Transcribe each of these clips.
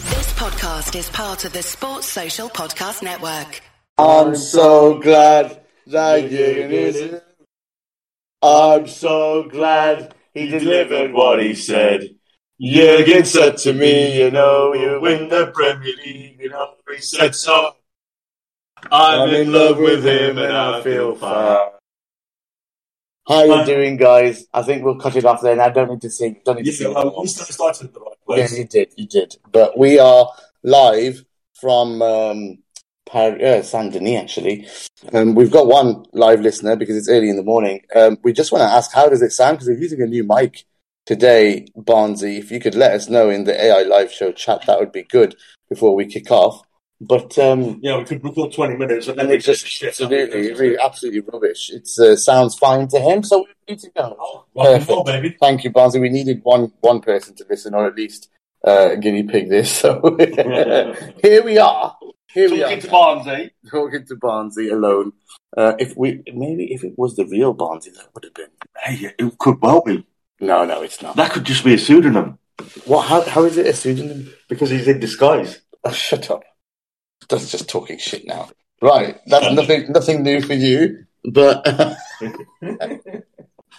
podcast is part of the Sports Social Podcast Network. I'm so glad that Gigan is. I'm so glad he delivered what he said. Jurgen said to me, you know, you win the Premier League, you know, he said so. I'm in love with him and I feel fine. How you doing, guys? I think we'll cut it off there. Now, don't need to sing. Don't need to Yeah, sing. well, we st- started in the right place. Yes, you did. You did. But we are live from um, Par- uh, Saint Denis, actually. Um, we've got one live listener because it's early in the morning. Um, we just want to ask, how does it sound? Because we're using a new mic today, Barnsey. If you could let us know in the AI live show chat, that would be good before we kick off. But um, Yeah, we could record 20 minutes and then and we it's just just shit. absolutely, it's really absolutely rubbish. It uh, sounds fine to him, so we need to go. Oh, rock and roll, baby. Thank you, Barnsley. We needed one one person to listen, or at least uh, guinea pig this. So here we are. Here we are Talking to Barnsley. talking to Barnsley alone. Uh, if we maybe if it was the real Barnsley, that would have been. Hey, it could well be. No, no, it's not. That could just be a pseudonym What? How, how is it a pseudonym? because he's in disguise. Oh, shut up. That's just talking shit now. Right. That's nothing. Nothing new for you. But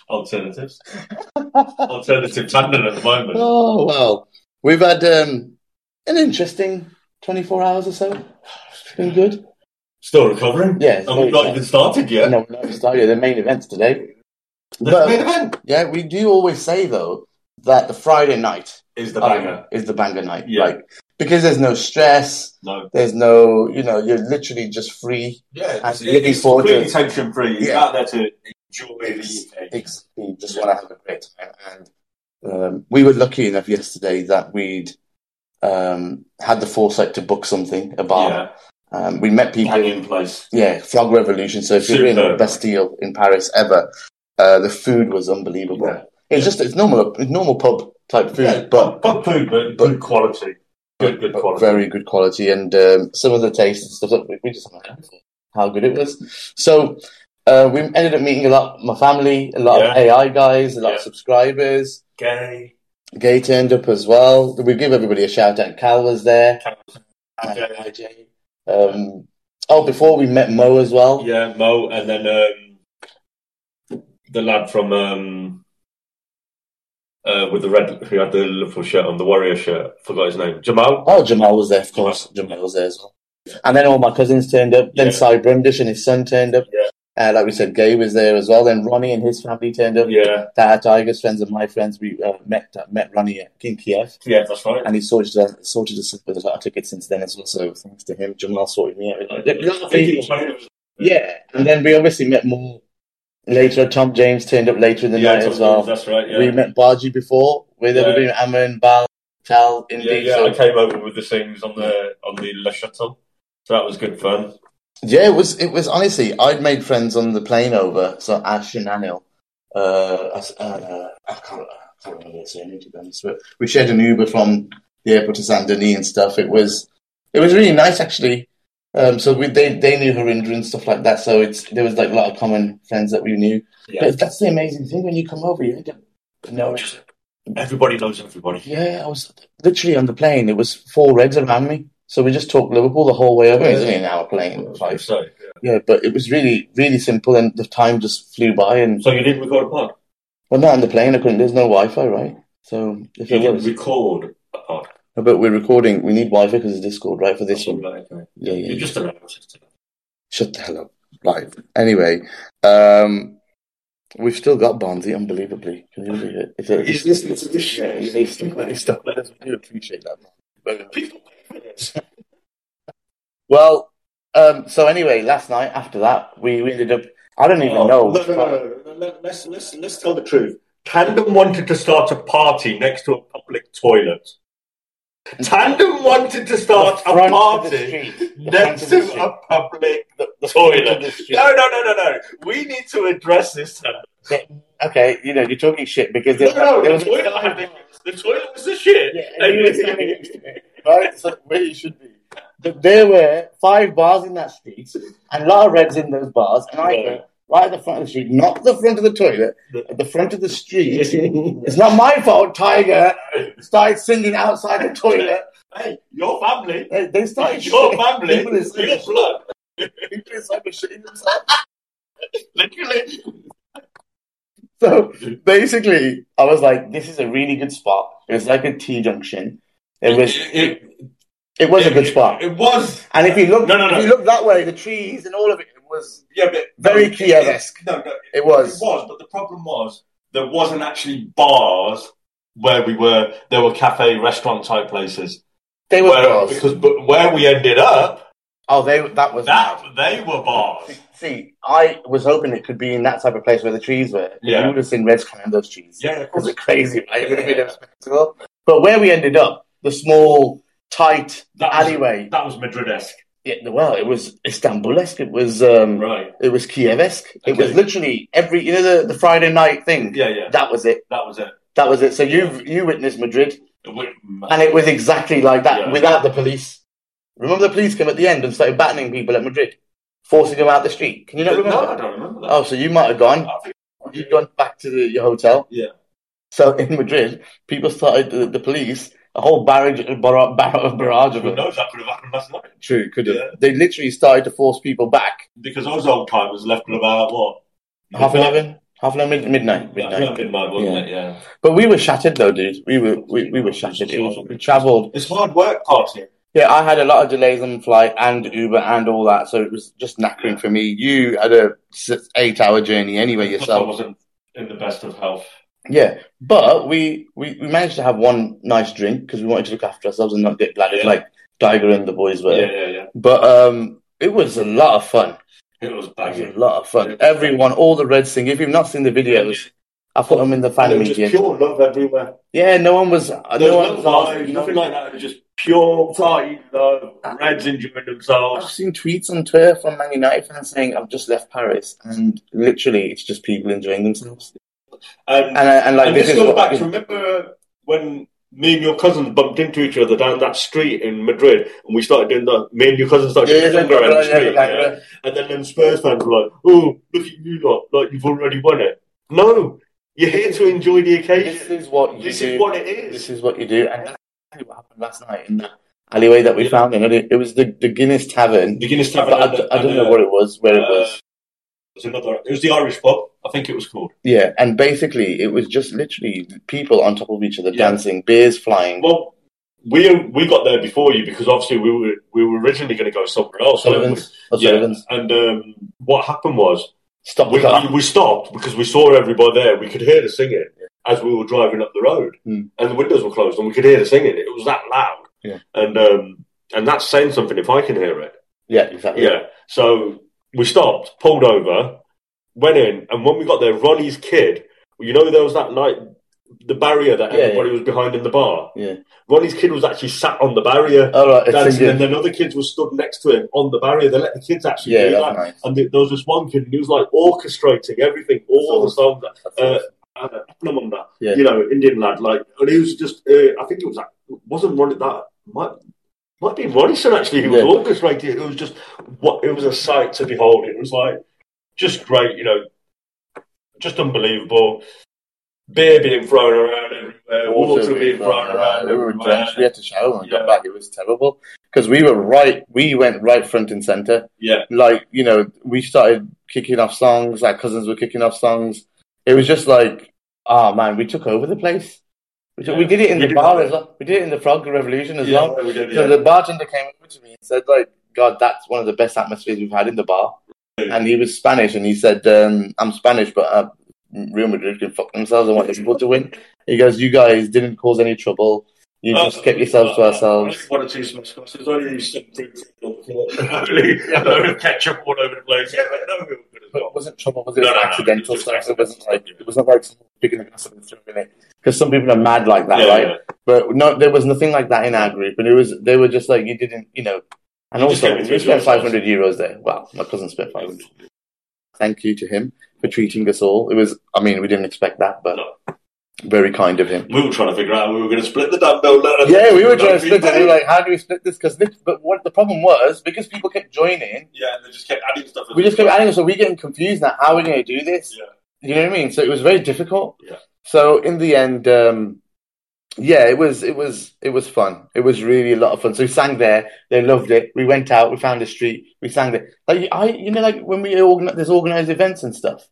Alternatives. Alternative tandem at the moment. oh well, we've had um, an interesting twenty four hours or so. It's been good. Still recovering. Yeah, it's And we've very not sad. even started yet. No, we're not starting the main events today. The But- main event Yeah, we do always say though that the Friday night um, is the banger. is the banger night. Yeah. Like because there's no stress, No. there's no you know, you're literally just free. Yeah, it's- looking forward to completely it. tension free. He's Yeah. out there to enjoy the UK. Ex- You just want to have a great time. And um, we were lucky enough yesterday that we'd um, had the foresight to book something, a bar. Yeah, Um, we met people hanging place. Yeah, Frog Revolution. So if you're in the Superb. best deal in Paris ever, uh, the food was unbelievable. Yeah. It's just it's normal, it's normal pub type food, Yeah, but But food, but, But- good quality. Good, good but quality. very good quality, and um, some of the taste and stuff. That we, we just how good it was. So uh, we ended up meeting a lot, my family, a lot of Yeah. AI guys, a lot of Yeah. subscribers. Gay. Gay turned up as well. We give everybody a shout out. Cal was there. Cal. And Yeah. IJ. Um, oh, before we met Mo as well. Yeah, Mo, and then um, the lad from um, uh, with the red who had the Liverpool shirt on, the Warrior shirt. Forgot his name. Jamal. Oh, Jamal was there, of course. Jamal was there as well. And then all my cousins turned up. Then Yeah. Cy Brundish and his son turned up. Yeah. Uh, like we said, Gay was there as well. Then Ronnie and his family turned up. Yeah, Dad, Tigers, friends of my friends, we uh, met met Ronnie at- in Kiev, yeah, that's right. and he sorted us, sorted us up with a lot of tickets since then as well. So thanks to him, Jamal sorted me out. I Like, think lot of he people. was playing it. Yeah, and then we obviously met more later. Tom James turned up later in the Yeah, night that's- as well. That's right. Yeah. We met Bargy before with Yeah. everybody, Amon, Bal, Tal, Indy. Yeah, yeah, so- I came over with the things on the on the Le Chateau, so that was good fun. Yeah, it was. It was honestly. I'd made friends on the plane over. So Ash and Anil. Uh, us- uh, I can't. I can't remember their surname to be honest. But we shared an Uber from the airport to Saint Denis and stuff. It was. It was really nice actually. Um, so we, they they knew Harinder and stuff like that. So it's there was like a lot of common friends that we knew. Yeah. But that's the amazing thing when you come over, you end up knowing. Everybody knows everybody. Yeah, I was literally on the plane. It was four Reds around me. So we just talked Liverpool the whole way over. It was only an hour plane, five So, yeah, but it was really, really simple, and the time just flew by. And so you didn't record a pod? well, not on the plane, I couldn't. There's no Wi-Fi, right? So if You it didn't was, record a pod. but we're recording. We need Wi-Fi because of Discord, right? For this one, Right, okay. yeah, yeah. You're just allowed to. Shut the hell up, right? Anyway, um, we've still got Bonzi, unbelievably. Can you believe it? It's a, He's listening to this shit. He's listening to this stuff. I do appreciate that. But- People. Well, um, so anyway, last night after that, we, we ended up. I don't even know. Oh, No, no, no, no. Let- Let's, let's, let's tell the truth. Tandem wanted to start a party next to a public toilet. Tandem wanted to start The a front of the party street. The front next of the to street. a public the front of toilet. the street. No, no, no, no, no. We need to address this. Tandem. Okay, you know, you're talking shit because No, there's no, there no. was The a toilet, guy- had been- the toilet was the shit. Yeah, and you were standing next to me, right? So where you should be. But there were five bars in that street and a lot of reds in those bars, and I Yeah. go right at the front of the street, not the front of the toilet, The- at the front of the street. it's not my fault, Tiger started singing outside the toilet Hey, your family. They, they started Your shitting- family. People is Your shitting- blood. people is like shitting themselves. Literally. So basically, I was like, this is a really good spot. It was like a T junction. It was It, it was a good spot. It was. And if you look, No, no, no. if you look that way, the trees and all of it, it was Yeah, but Very no, Kiev-esque. it- No, no, it was. It was, but the problem was there wasn't actually bars where we were. There were cafe, restaurant type places. They were Where, bars. because but where we ended up, Oh, they that was that they were bars. See, I was hoping it could be in that type of place where the trees were. Yeah. You would have seen Reds climbing those trees. Yeah, of It was course. crazy, right? It would have been Yeah. a spectacle. But where we ended up, the small, tight That was, alleyway. that was Madrid-esque, Yeah, well, it was Istanbul-esque. It was um, right? it was Kiev-esque. It was Okay. literally every you know the, the Friday night thing. Yeah, yeah. That was it. That was it. That was it. So you you witnessed Madrid, We- and it was exactly like that Yeah. without the police. Remember, the police came at the end and started battening people at Madrid, forcing them out the street. Can you not remember? no, I don't remember that. Oh, so you might have gone. I think- You'd gone back to the, your hotel. Yeah. So in Madrid, people started the, the police a whole barrage barrage, barrage of Who them. knows? That could have happened last night True, could Yeah. They literally started to force people back. because those old timers left at about what Half eleven, half eleven, mid- midnight, midnight. midnight, wasn't Yeah. it? Yeah. But we were shattered though, dude. We were we, we were shattered. It was- we travelled. It's hard work, party. Yeah, I had a lot of delays on the flight and Uber and all that, so it was just knackering for me. You had a eight hour journey anyway I yourself. wasn't in the best of health. Yeah, but we, we, we managed to have one nice drink because we wanted to look after ourselves and not get bladders Yeah. like Tiger and the boys were. Yeah, yeah, yeah. But um, it was a lot of fun. It was It was a banging. lot of fun. Yeah. Everyone, all the Reds sing. If you've not seen the videos, I put them in the fan And it was just media. pure love everywhere. Yeah, no one was. There No was one no was vibe, laughing. nothing like that. It was just pure party love. Reds enjoying I've themselves. seen tweets on Twitter from Man United fans saying, "I've just left Paris," and literally, it's just people enjoying themselves. And, And, uh, and like and this this is goes what- back to remember when me and your cousins bumped into each other down that street in Madrid, and we started doing the me and your cousins started Yeah, doing yeah, the finger yeah, around the yeah, street, yeah, yeah? and then them Spurs fans were like, "Oh, look at you lot! Like you've already won it." No, you're here to enjoy the This occasion. is what you This do. is what it this is. is what you do. And that's exactly what happened last night in that alleyway that we Yeah. found. And it, it was the, the Guinness Tavern. The Uh, Guinness but Tavern. I, and d- the- I don't and know the- what it was, where it was. It was another. It was the Irish pub. I think it was called. Yeah. And basically, it was just literally people on top of each other Yeah. dancing, beers flying. Well, we we got there before you because obviously we were we were originally going to go somewhere else. weren't we? Sullivan's. Oh, Yeah. Sullivan's. And um, what happened was Stop the we, car. we, we stopped because we saw everybody there. We could hear the singing as we were driving up the road, Hmm. and the windows were closed, and we could hear the singing. It was that loud. Yeah. And um, and that's saying something if I can hear it. Yeah, exactly. Yeah. So we stopped, pulled over, went in, and when we got there, Ronnie's kid, you know, there was that night, the barrier that Yeah, yeah. everybody was behind in the bar. Yeah. Ronnie's kid was actually sat on the barrier. All right. It's dancing, a and then other kids were stood next to him on the barrier. They let the kids actually Yeah, do that's that. nice. And there there was this one kid, and he was like orchestrating everything, all the songs. Uh, uh, Phenomena, Yeah. you know, Indian lad, like, and he was just, uh, I think it was like, wasn't Ronnie that might might be Ronison actually who Yeah. was orchestrating it. It was just what it was a sight to behold. It was like just great, you know, just unbelievable. Beer being thrown around everywhere, water, being thrown around uh, We were everywhere. drenched. We had to shower when we got Yeah. back. It was terrible because we were right. We went right front and center. Yeah, like you know we started kicking off songs our cousins were kicking off songs it was just like oh man we took over the place we, took, we did it in We the did bar that. as well we did it in the frog revolution as yeah, well we did, so yeah. the bartender came over to me and said like god that's one of the best atmospheres we've had in the bar Yeah. and he was spanish and he said um, i'm spanish but uh, real madrid can fuck themselves i want liverpool to win he goes you guys didn't cause any trouble you Uh, just kept yourselves to uh, ourselves One or two smash cups. There's only some fruit on the floor. Only a load of ketchup all over the place. Yeah, but no, we were good as But well. it wasn't trouble. Was it No, was no, no, accidental it was just stuff? It wasn't like it wasn't like someone picking a glass up and throwing it. Because some people are mad like that, Yeah, right? yeah. But no, there was nothing like that in our group, and it was they were just like you didn't, you know. And Just also, get it we through spent yourselves. five hundred euros there. Wow, my cousin spent five hundred. Thank you to him for treating us all. It was, I mean, we didn't expect that, but very kind of him. We were trying to figure out how we were going to split the damn donut. Yeah, we were trying to split it. We were like, how do we split this? Because this, but what the problem was because people kept joining, Yeah, and they just kept adding stuff. we just kept adding. So we're getting confused now. How are we going to do this? Yeah. You know what I mean? So it was very difficult. Yeah. So in the end, um, yeah, it was it was it was fun. It was really a lot of fun. So we sang there. They loved it. We went out. We found a street. We sang there. Like I, you know, like when we organize, there's organized events and stuff.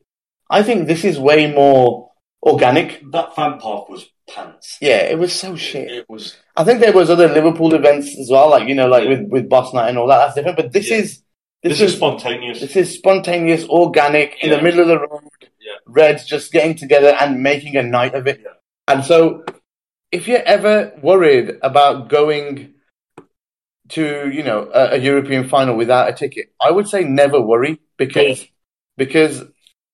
I think this is way more organic. That fan park was pants. Yeah, it was so shit. It was I think there was other Liverpool events as well, like you know, like with with Boss Night and all that. That's different. But this Yeah. is This is spontaneous. this is spontaneous, organic, in the Yeah. middle of the road. Yeah. Reds just getting together and making a night of it. Yeah. And so, if you're ever worried about going to, you know, a, a European final without a ticket, I would say never worry because because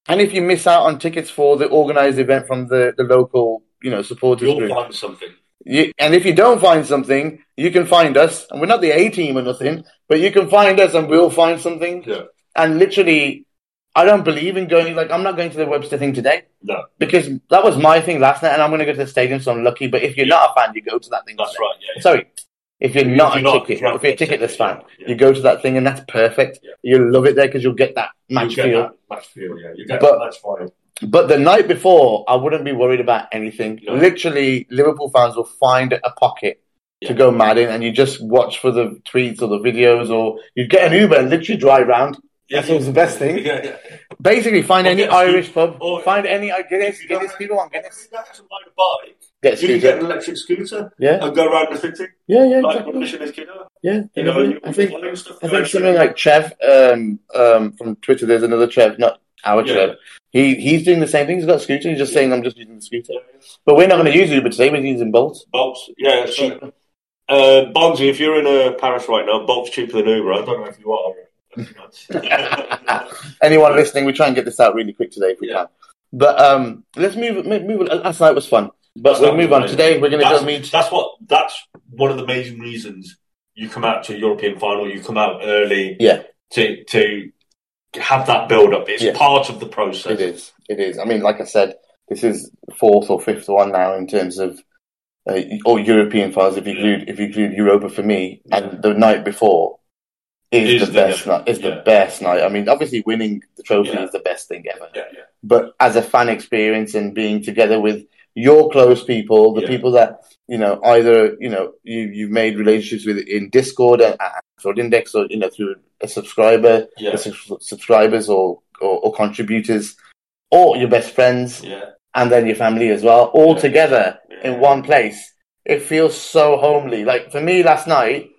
and if you miss out on tickets for the organized event from the the local, you know, supporters You'll group. find something. You, and if you don't find something, you can find us. And we're not the A team or nothing, but you can find us and we'll find something. Yeah. And literally, I don't believe in going, like, I'm not going to the Webster thing today No, because that was my thing last night and I'm going to go to the stadium, so I'm lucky. But if you're not a fan, you go to that thing. that's today. right. Yeah, yeah. Sorry. If you're not you're a not, ticket, you're not if you're a a ticket, ticketless fan, yeah. you go to that thing and that's perfect. Yeah. You'll love it there because you'll get that match you get feel. that match feel. Yeah, you get But- that match feel. But the night before, I wouldn't be worried about anything. No. Literally, Liverpool fans will find a pocket to Yeah. go mad in, and you just watch for the tweets or the videos, or you get an Uber and literally drive round. Yeah. That's always the best thing. Yeah, yeah. Basically, find Or any get a scoop. Irish pub, Or- find any uh, Guinness, You Guinness don't- people want If Guinness. you don't actually ride a bike, Get a you can get scooter. an electric scooter Yeah, and go around the city yeah, yeah, like exactly. Mission is kiddo. Yeah, You know, you I think all your stuff I think goes something through. like Trev um, um, from Twitter. There's another Trev, not our Yeah. Trev. He he's doing the same thing. He's got a scooter. He's just Yeah. saying I'm just using the scooter. Yeah, yeah. But we're not going to use Uber today. We're using Bolt. Bolt's yeah, it's cheap. Uh, Bonzi, if you're in uh, Paris right now, Bolt's cheaper than Uber. I don't know if you are. Anyone listening, we try and get this out really quick today if we Yeah. can. But um, let's move. move, move last night was fun, but Last we'll night move was on. Today we're going to that's, go meet. that's what. That's one of the main reasons you come out to a European final. You come out early Yeah, to to have that build up. It's Yeah. part of the process. it is. It is. I mean, like I said, this is fourth or fifth one now in terms of uh, or European finals. If you Yeah. include if you include Europa for me, Yeah. and the night before is, Is the the- best night. Is yeah. the best night. I mean, obviously winning the trophy Yeah. is the best thing ever. Yeah, yeah. but as a fan experience and being together with your close people, the Yeah. people that you know either you know you you've made relationships with in Discord and, or Index or you know through a subscriber, Yeah. the subs- subscribers or, or or contributors, or your best friends, Yeah, and then your family as well, all Yeah. together Yeah. in one place. It feels so homely. Like for me last night,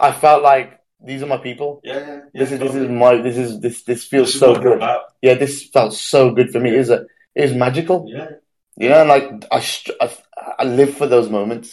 I felt like these are my people. yeah, yeah. This is this is my this is this this feels This is so what we're good about. yeah, this felt so good for me. It was, a, it was magical. Yeah, You know, and like I, str- I, I live for those moments.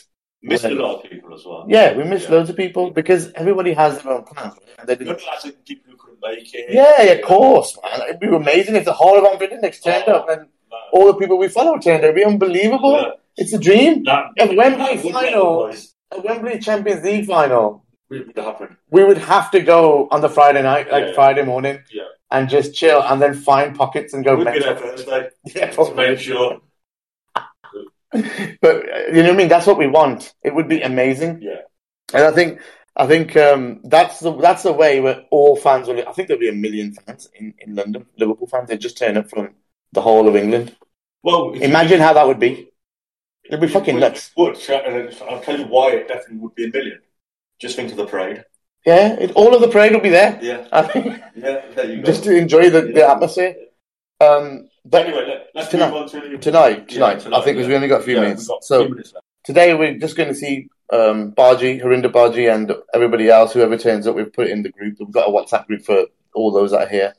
missed a Yeah. lot of people as well. Yeah, we miss Yeah. loads of people because everybody has their own plans. right? And they Remember didn't- lots of people who couldn't make it. Yeah, yeah, of course, man. It'd be amazing if the whole of Anfield Index turned Oh, up and man. all the people we follow turned up. It'd be unbelievable. Yeah. It's a dream. That, If Wembley that would final- happen. A Wembley Champions League final. It would happen. We would have to go on the Friday night, like Yeah. Friday morning, Yeah. and just chill, and then find pockets and go. We'd be mental. there Thursday Yeah, to probably. make sure. but uh, you know what I mean. That's what we want. It would be amazing. Yeah. And I think I think um, that's the that's the way where all fans will. I think there'll be a million fans in, in London. Liverpool fans. They just turn up from the whole of England. Well, if- Imagine how that would be. It'd be fucking It nuts. Would, and I'll tell you why it definitely would be a million. Just think of the parade. Yeah. It, all of the parade will be there. Yeah, I think yeah, there you go. Uh, just to enjoy the, the atmosphere. Um, but but anyway, let, let's Tonight. move on to tonight, Yeah, tonight, I think because yeah. we only got a few Yeah, minutes. we've got a so few minutes left. Today we're just going to see um, Bargy, Harinder Bargy, and everybody else, whoever turns up. We've put it in the group. We've got a WhatsApp group for all those that are here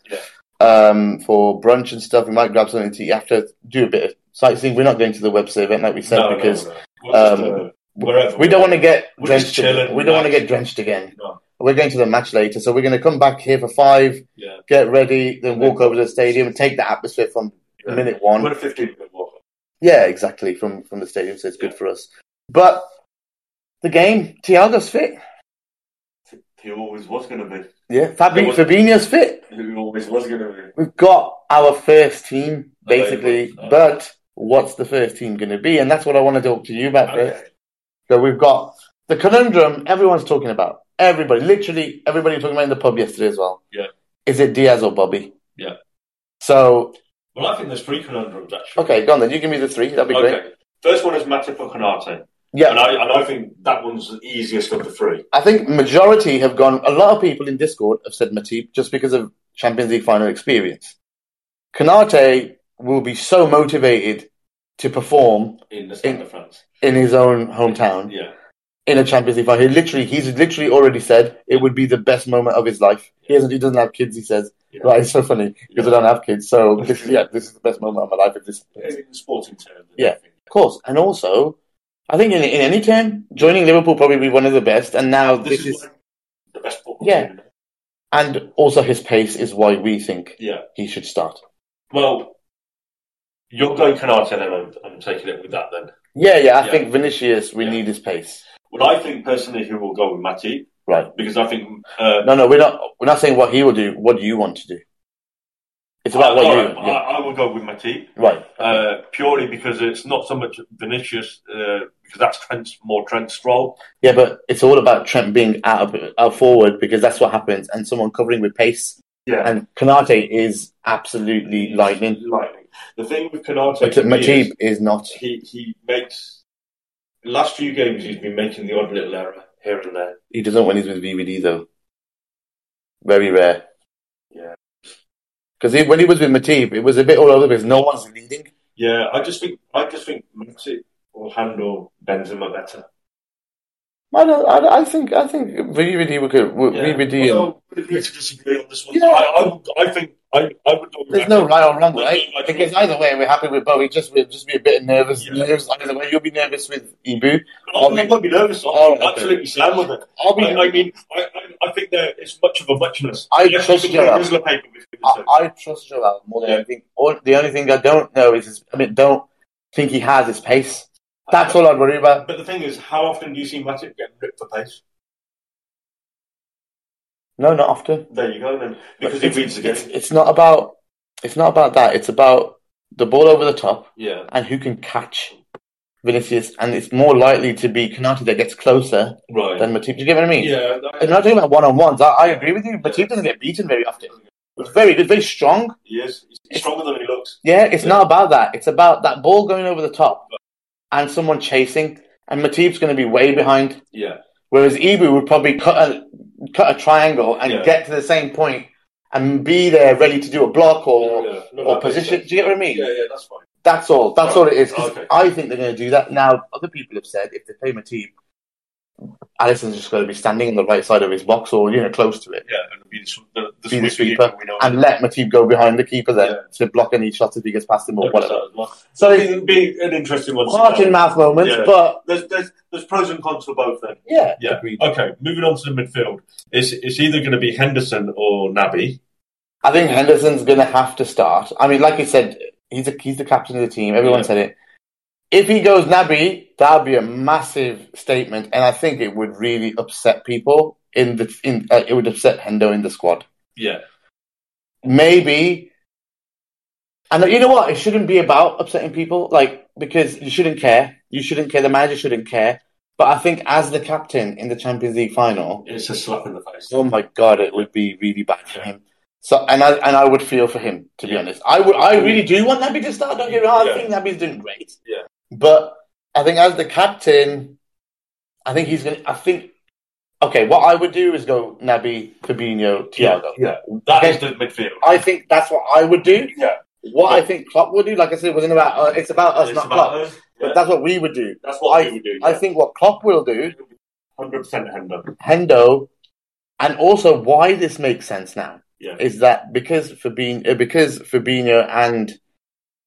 um, for brunch and stuff. We might grab something to eat after, do a bit of sightseeing. We're not going to the Webster event like we said No, no, because no. We'll just, um, uh, wherever we don't want to get We're just drenched. Again. chilling, We don't want to relax. get drenched again. No. We're going to the match later, so we're going to come back here for five, Yeah. get ready, then walk over to the stadium and take the atmosphere from Yeah. minute one. We're a 15 minute walk. Yeah, exactly. From from the stadium, so it's good Yeah. for us. But the game, Thiago's fit. He always was going to be. Yeah, Fabi, Yeah, what- Fabinho's fit. He always was going to be. We've got our first team basically, Available. but what's the first team going to be? And that's what I want to talk to you about first. Okay. So we've got the conundrum everyone's talking about. Everybody, literally everybody was talking about in the pub yesterday as well. Yeah. Is it Diaz or Bobby? Yeah. So Well, I think there's three conundrums actually. okay, go on then. You give me the three. That'd be great. Okay. First one is Matip and Konate. And Yeah, I, and I think that one's the easiest of the three. I think majority have gone. A lot of people in Discord have said Matip just because of Champions League final experience. Kanate will be so motivated to perform in the stand of France. in his own hometown Yeah. in a Champions League final. He literally, he's literally already said it would be the best moment of his life. He hasn't, he doesn't have kids. He says, Yeah. "Right, it's so funny because I don't have kids. So this is, yeah, this is the best moment of my life if this happens." In the sporting terms. Yeah. Of course, and also, I think in, in any term, joining Liverpool probably be one of the best. And now This, this is, is, the best football. Yeah. team. and also his pace is why we think Yeah. he should start. Well, you're going Konate then, I'm, I'm taking it with that then. Yeah, yeah, I Yeah. think Vinicius, we Yeah. need his pace. Well, I think personally who will go with Matip Right. because I think. Uh, No, no, we're not. We're not saying what he will do. What do you want to do? It's about I, what you. I, yeah. I, I will go with Matip right. uh, purely because it's not so much Vinicius uh, because that's Trent's, more Trent's role. Yeah, but it's all about Trent being out of, out forward because that's what happens, and someone covering with pace. Yeah. And Kanate is absolutely lightning. Lightning. The thing with Konate. But uh, for me is- Matib is not. he he makes the last few games he's been making the odd little error here and there. He doesn't when he's with VVD though. Very rare. Yeah. Because when he was with Matib, it was a bit all over because no one's leading. Yeah, I just think I just think Matip will handle Benzema better. I don't. I, don't- I think. I think VVD would. go- would- Yeah. VVD. Although I would agree to disagree on this one. Yeah. I, I, would- I think I, I would go with There's Matip. no right or wrong, There's right? no right or Because wrong. either way, we're happy with Bowie. Just we'll just be a bit nervous. Yeah. Nervous either way. You'll be nervous with Ibu. I mean, I won't be nervous. I'm Oh, okay. absolutely slam with it. I'll be. I, I mean, I, I, I think that it's much of a muchness. I Yes, trust you can Gerrard. use the paper with him, I, so- I trust Joel more than Yeah. anything. All, the only thing I don't know is, his, I mean, don't think he has his pace. That's all I worry about. But the thing is, how often do you see Matip getting ripped for pace? No, not often. There you go then, But because he it's- reads the It's, game. it's not about. It's not about that. It's about the ball over the top Yeah, and who can catch Vinicius. And it's more likely to be Kanati that gets closer right. than Matip. Do you get what I mean? yeah, I'm not talking about one on ones. I, I agree with you. Matip doesn't get beaten very often. It's very good, very strong. He is. He's stronger than he looks. Yeah, it's not about that. It's about that ball going over the top and someone chasing. And Matip's going to be way behind, Yeah. whereas Ibu would probably cut a cut a triangle and Yeah. get to the same point and be there ready to do a block or or position. Do you get what I mean? Yeah, yeah, that's fine. That's all. That's all it is. 'Cause Okay. I think they're going to do that. Now, other people have said if they play Matip, Allison's just going to be standing on the right side of his box or you know close to it. Yeah, and be the, the, be the sweeper, sweeper we know and let Matip go behind the keeper then Yeah. to block any shots if he gets past him or Look at whatever. that as well. So it's It'd be an interesting one. to heart know. in mouth moments, Yeah. but There's, there's, there's pros and cons for both then. yeah, Yeah. Agreed. Okay, moving on to the midfield. It's, it's either going to be Henderson or Naby. I think Henderson's going to have to start. I mean, like you said, he's a, he's the captain of the team. Everyone Yeah. said it. If he goes Naby, that would be a massive statement, and I think it would really upset people in the in. Uh, it would upset Hendo in the squad. Yeah. Maybe. And you know what? It shouldn't be about upsetting people, like because you shouldn't care. You shouldn't care. The manager shouldn't care. But I think as the captain in the Champions League final, It's a slap in the face. oh my god, it would be really bad for him. So and I and I would feel for him to be honest. I would I really do want Naby to start. Don't get me wrong. Yeah. I think Naby's doing great. Yeah. But I think as the captain, I think he's gonna. I think okay. What I would do is go Naby, Fabinho, Yeah, Thiago. yeah. That is the midfield. I think that's what I would do. Yeah. What I think Klopp would do, like I said, it wasn't about uh, it's about us, It's not about Klopp. us. But Yeah. that's what we would do. That's what I- we would do. I think what Klopp will do 100% Henderson. Hendo, and also why this makes sense now Yeah. is that because Fabinho, uh, because Fabinho and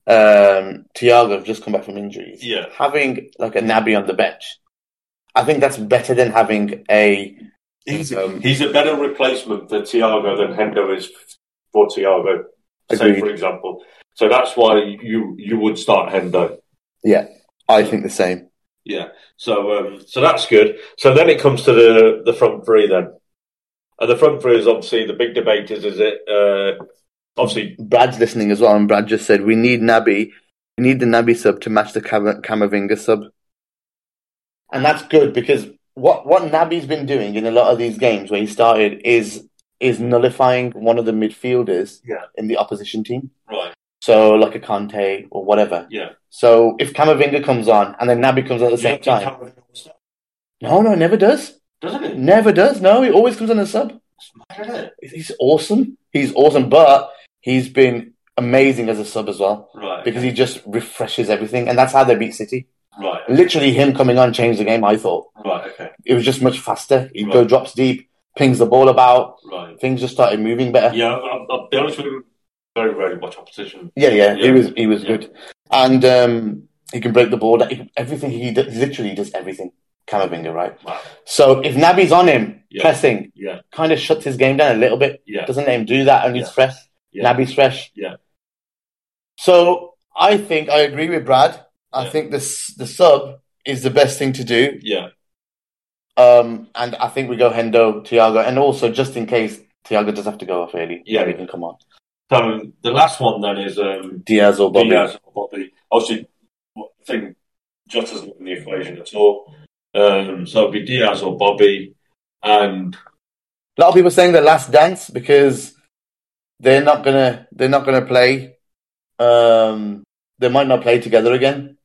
um, Thiago have just come back from injuries. Yeah. having like a Naby on the bench, I think that's better than having a. He's, Um, he's a better replacement for Thiago than Hendo is for Thiago. Say Agreed. for example. So that's why you you would start Hendo. I think the same. Yeah. So um, so that's good. So then it comes to the the front three then, and the front three is obviously the big debate is is it uh, obviously Brad's listening as well, and Brad just said we need Naby, we need the Naby sub to match the Cam- Camavinga sub, and that's good because what what Naby's been doing in a lot of these games where he started is is nullifying one of the midfielders Yeah. in the opposition team. right So like a Conte or whatever. Yeah. So if Camavinga comes on and then Naby comes on at the same time. No, no, never does. Doesn't it? Never does. No, he always comes on a sub. I don't know. He's awesome. He's awesome, but he's been amazing as a sub as well Right. because he just refreshes everything, and that's how they beat City. Right. Literally, him coming on changed the game. I thought Right. Okay. it was just much faster. He Right. go drops deep, pings the ball about. Right. Things just started moving better. Yeah, I'll, I'll be honest with you. Very rarely watch opposition. Yeah, yeah, he Yeah. was he was Yeah. good, and um, he can break the ball. He- Everything he d- literally does everything. Camavinga, right? Wow. So if Naby's on him Yeah. pressing, Yeah. kind of shuts his game down a little bit. Yeah. Doesn't let him do that, and he's Yeah. fresh. Yeah. Naby's fresh. Yeah. So I think I agree with Brad. I Yeah. think this the sub is the best thing to do. Yeah. Um, and I think we go Hendo, Tiago, and also just in case Tiago does have to go off early, Yeah. he can come on. So the last one then is um, Diaz or Bobby. Diaz or Bobby. Obviously, I think Jota's not in the equation at all. Um, so it'd be Diaz or Bobby. And A lot of people saying the last dance because they're not gonna they're not gonna play. Um, they might not play together again.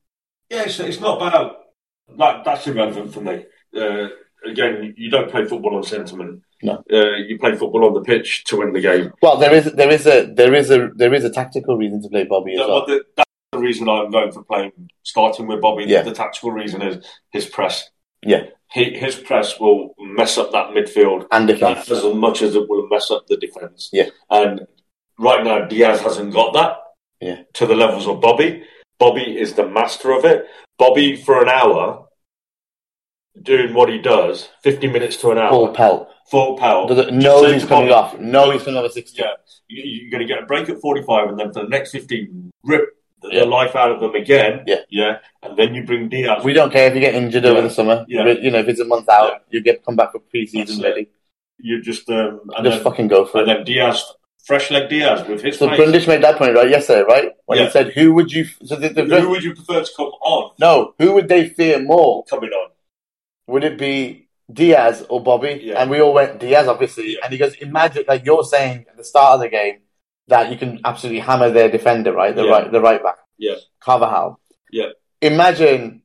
yeah, it's, it's not about that. That's irrelevant for me. Uh, again, you don't play football on sentiment. No. Uh, you play football on the pitch to win the game. Well, there is there is a there is a there is a tactical reason to play Bobby Yeah, as well. but the, that's the reason I'm going for playing, starting with Bobby. Yeah. The tactical reason is his press. Yeah. He, his press will mess up that midfield And if as much as it will mess up the defence. Yeah. And right now, Diaz hasn't got that Yeah. to the levels of Bobby. Bobby is the master of it. Bobby, for an hour, doing what he does, 50 minutes to an hour, Paul Pell. full power. No, Just he's say to coming Bobby, off. No, he's coming off at 60. yeah, you, you're going to get a break at 45, and then for the next 15, rip the, Yeah. the life out of them again. Yeah. yeah, and then you bring Diaz. We don't care if you get injured over Yeah. the summer. Yeah. But, You know, if it's a month out, you get come back for pre-season That's it. ready. you just um, and, Just then, fucking go for and it. then Diaz, fresh leg Diaz with his So pace. Brundish made that point right yesterday, right? When he Yeah. said, "Who would you?" So the, the, Who would you prefer to come on? no, who would they fear more? Coming on, Would it be Diaz or Bobby? Yeah. And we all went Diaz, obviously. Yeah. And he goes, "Imagine like you're saying at the start of the game that you can absolutely hammer their defender, right? The Yeah. right, the right back, Yeah. Carvajal. Yeah. Imagine,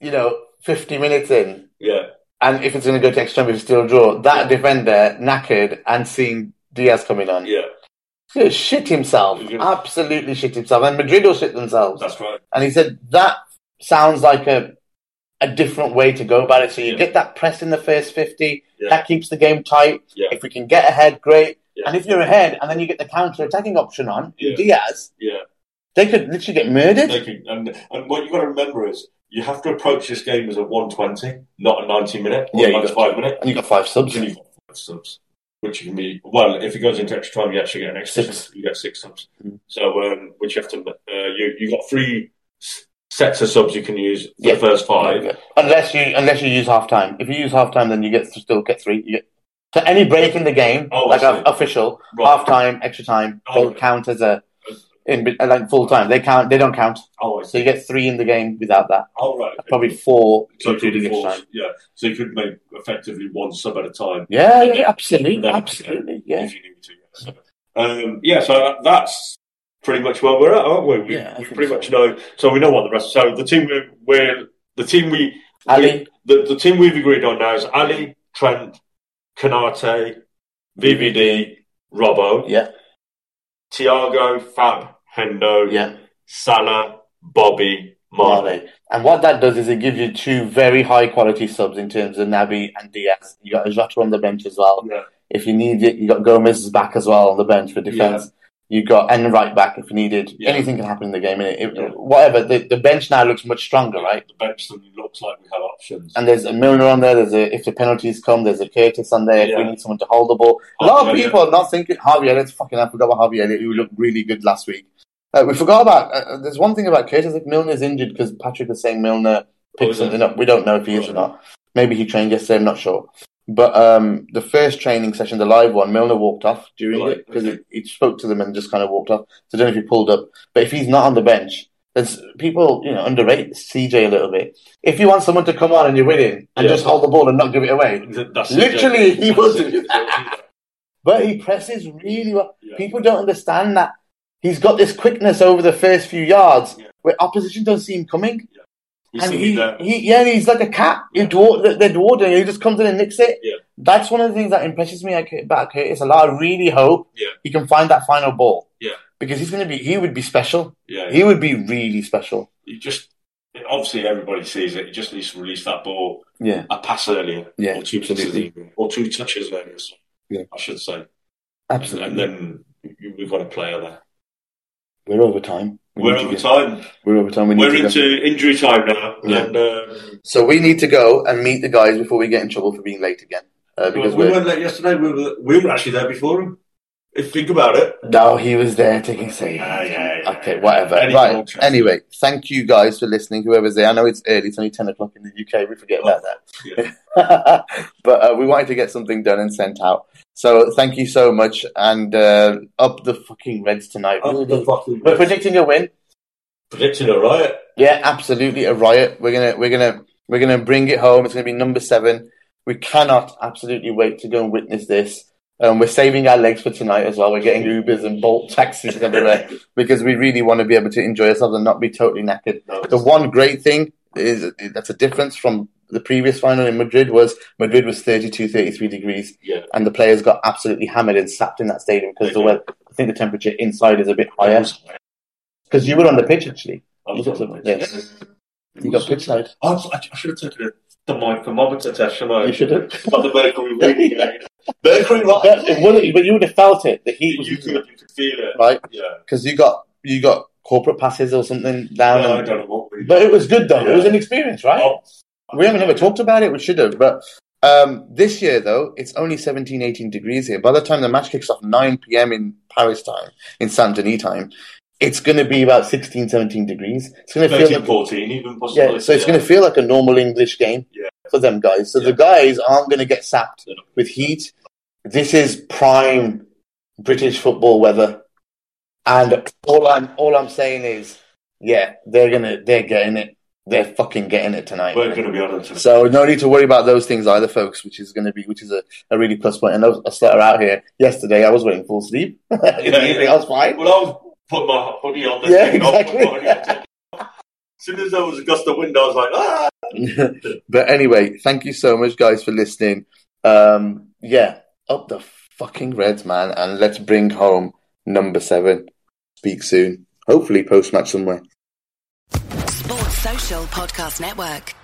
you know, 50 minutes in, yeah, And if it's going to go to extra time, if it's still a draw, that defender knackered and seeing Diaz coming on, yeah, He'll shit himself, Yeah. absolutely shit himself, and Madrid will shit themselves. that's right. and he said that sounds like a a different way to go about it. So you Yeah. get that press in the first fifty, Yeah. that keeps the game tight. Yeah. If we can get ahead, great. Yeah. And if you're ahead, and then you get the counter attacking option on Yeah. Diaz, Yeah. they could literally get murdered. Thank you. And and what you got to remember is you have to approach this game as a 120, not a 90 minute or Yeah, you got 95 minute. and you got five subs. Then you've got five subs, which you can be well. If it goes into extra time, you actually get an extra. Six. sub. You get six subs. Mhm. So, um, which you have to uh, you you got three s- sets of subs you can use for Yeah. the first five. Unless you unless you use half time. If you use half time, then you get still get three. You get, so any break in the game, Oh, I like see. a, official Right. half time, extra time, Oh, don't okay. count as a in be- like full time. They count. They don't count. Oh, I see. So you get three in the game without that. All right. Probably four So you could including force- extra time. yeah. So you could make effectively one sub at a time Yeah, Yeah. yeah, absolutely, Yeah. absolutely, yeah. if you need to. yes. Um, yeah. So that, that's pretty much where we're at, aren't we? We, Yeah, I we think pretty so. much know. So we know what the rest. So the team we're, we're the team we Ali, The, the team we've agreed on now is Ali, Trent, Canate, VVD, Robbo, yeah, Tiago, Fab, Hendo, yeah, Salah, Bobby, Marley. Marley. And what that does is it gives you two very high quality subs in terms of Naby and Diaz. You got Jota on the bench as well. Yeah. If you need it, you got Gomez back as well on the bench for defense. You got and right back if needed. Yeah. Anything can happen in the game. innit? It, Yeah. Whatever. The, the bench now looks much stronger, right? The bench then looks like we have options. And there's a Milner on there. There's a if the penalties come, there's a Curtis on there. If we Yeah. need someone to hold the ball, a lot of Harvey people are not thinking Harvey Elliott's fucking. I forgot about Harvey Elliott, who looked really good last week. Uh, we forgot about. Uh, there's one thing about Curtis. Like Milner's injured because Patrick was saying Milner Oh, picked is it? something up. We don't know if he is or Right. not. Maybe he trained yesterday. I'm not sure. But um, the first training session, the live one, Milner walked off during Right, it because okay. he, he spoke to them and just kind of walked off. So I don't know if he pulled up. But if he's not on the bench, there's people you know underrate CJ a little bit. If you want someone to come on and you're winning and Yeah. just hold the ball and not give it away, Th- that's it, Literally, yeah. he That's was- it. but he presses really well. Yeah. People don't understand that He's got this quickness over the first few yards Yeah. where opposition don't see him coming. You and see he, that? he, yeah, and he's like a cat. You dwar- they're- they're dwarfing him. He just comes in and nicks it. Yeah. That's one of the things that impresses me like, about Curtis a lot. I really hope Yeah. he can find that final ball. Yeah. Because he's going to be, he would be special. yeah, He would be really special. you just obviously everybody sees it. You just needs to release that ball Yeah. a pass earlier, Yeah, or two absolutely. passes earlier, or two touches earlier. so- Yeah. I should say, Absolutely. and then you- we've got a player there. We're over time. We We're need to over go- time. We're over time. We need We're to go. into injury time now, Yeah. and um, So we need to go and meet the guys before we get in trouble for being late again. Uh, well, because we we're, weren't late yesterday. We were we were actually there before him. If you think about it, no, he was there taking save. Yeah, Ah, yeah, yeah, okay, yeah. whatever. Any right. culture. Anyway, thank you guys for listening. Whoever's there, I know it's early. It's only ten o'clock in the UK. We forget about Yeah. that. but uh, we wanted to get something done and sent out. So thank you so much, and uh, up the fucking Reds tonight. up the fucking We're predicting a win. predicting a riot. Yeah, absolutely a riot. We're gonna we're gonna we're gonna bring it home. It's gonna be number seven. We cannot absolutely wait to go and witness this. Um, we're saving our legs for tonight as well. We're getting Ubers and Bolt taxis everywhere because we really want to be able to enjoy ourselves and not be totally knackered. The one great thing is that's a difference from the previous final in Madrid was Madrid was 32, 33 degrees Yeah. and the players got absolutely hammered and sapped in that stadium because the Yeah. weather, I think the temperature inside is a bit higher because you were on the pitch actually. I'm You got sorry. yes. You got pitch side. I, was- I, I should have taken a, the my thermometer test, shouldn't I? You should have. Not the mercury reading. eh? mercury But right? it wouldn't, but you would have felt it. The heat You was could, you could feel it. right Yeah. because you got you got corporate passes or something down. No, I and- don't know what we Um, Oh. but it was good though. It was an experience, right? we haven't ever talked about it. We should have. But um, this year though, it's only 17, 18 degrees here. By the time the match kicks off 9 p.m. in Paris time, in Saint Denis time, it's going to be about 16, 17 degrees. It's going to feel 13, like 14 even possibly. yeah, so it's going to feel like a normal English game Yeah. for them guys. So Yeah. the guys aren't going to get sapped Yeah. with heat. This is prime British football weather, and all I'm all I'm saying is, yeah, they're gonna they're getting it. They're fucking getting it tonight. We're going to be on it. So, So no need to worry about those things either, folks. Which is going to be, which is a, a really plus point. And I was- I started out here yesterday. I was waiting full sleep. In the Yeah, evening, yeah. I was fine. well, I'll put my hoodie on. then Yeah, take it off, exactly. put my hoodie on, take it off. As soon as there was a gust of wind, I was like, ah! but anyway, thank you so much, guys, for listening. Um, yeah, up the fucking Reds, man, and let's bring home number seven. Speak soon. Hopefully, post match somewhere. Sports Social Podcast Network.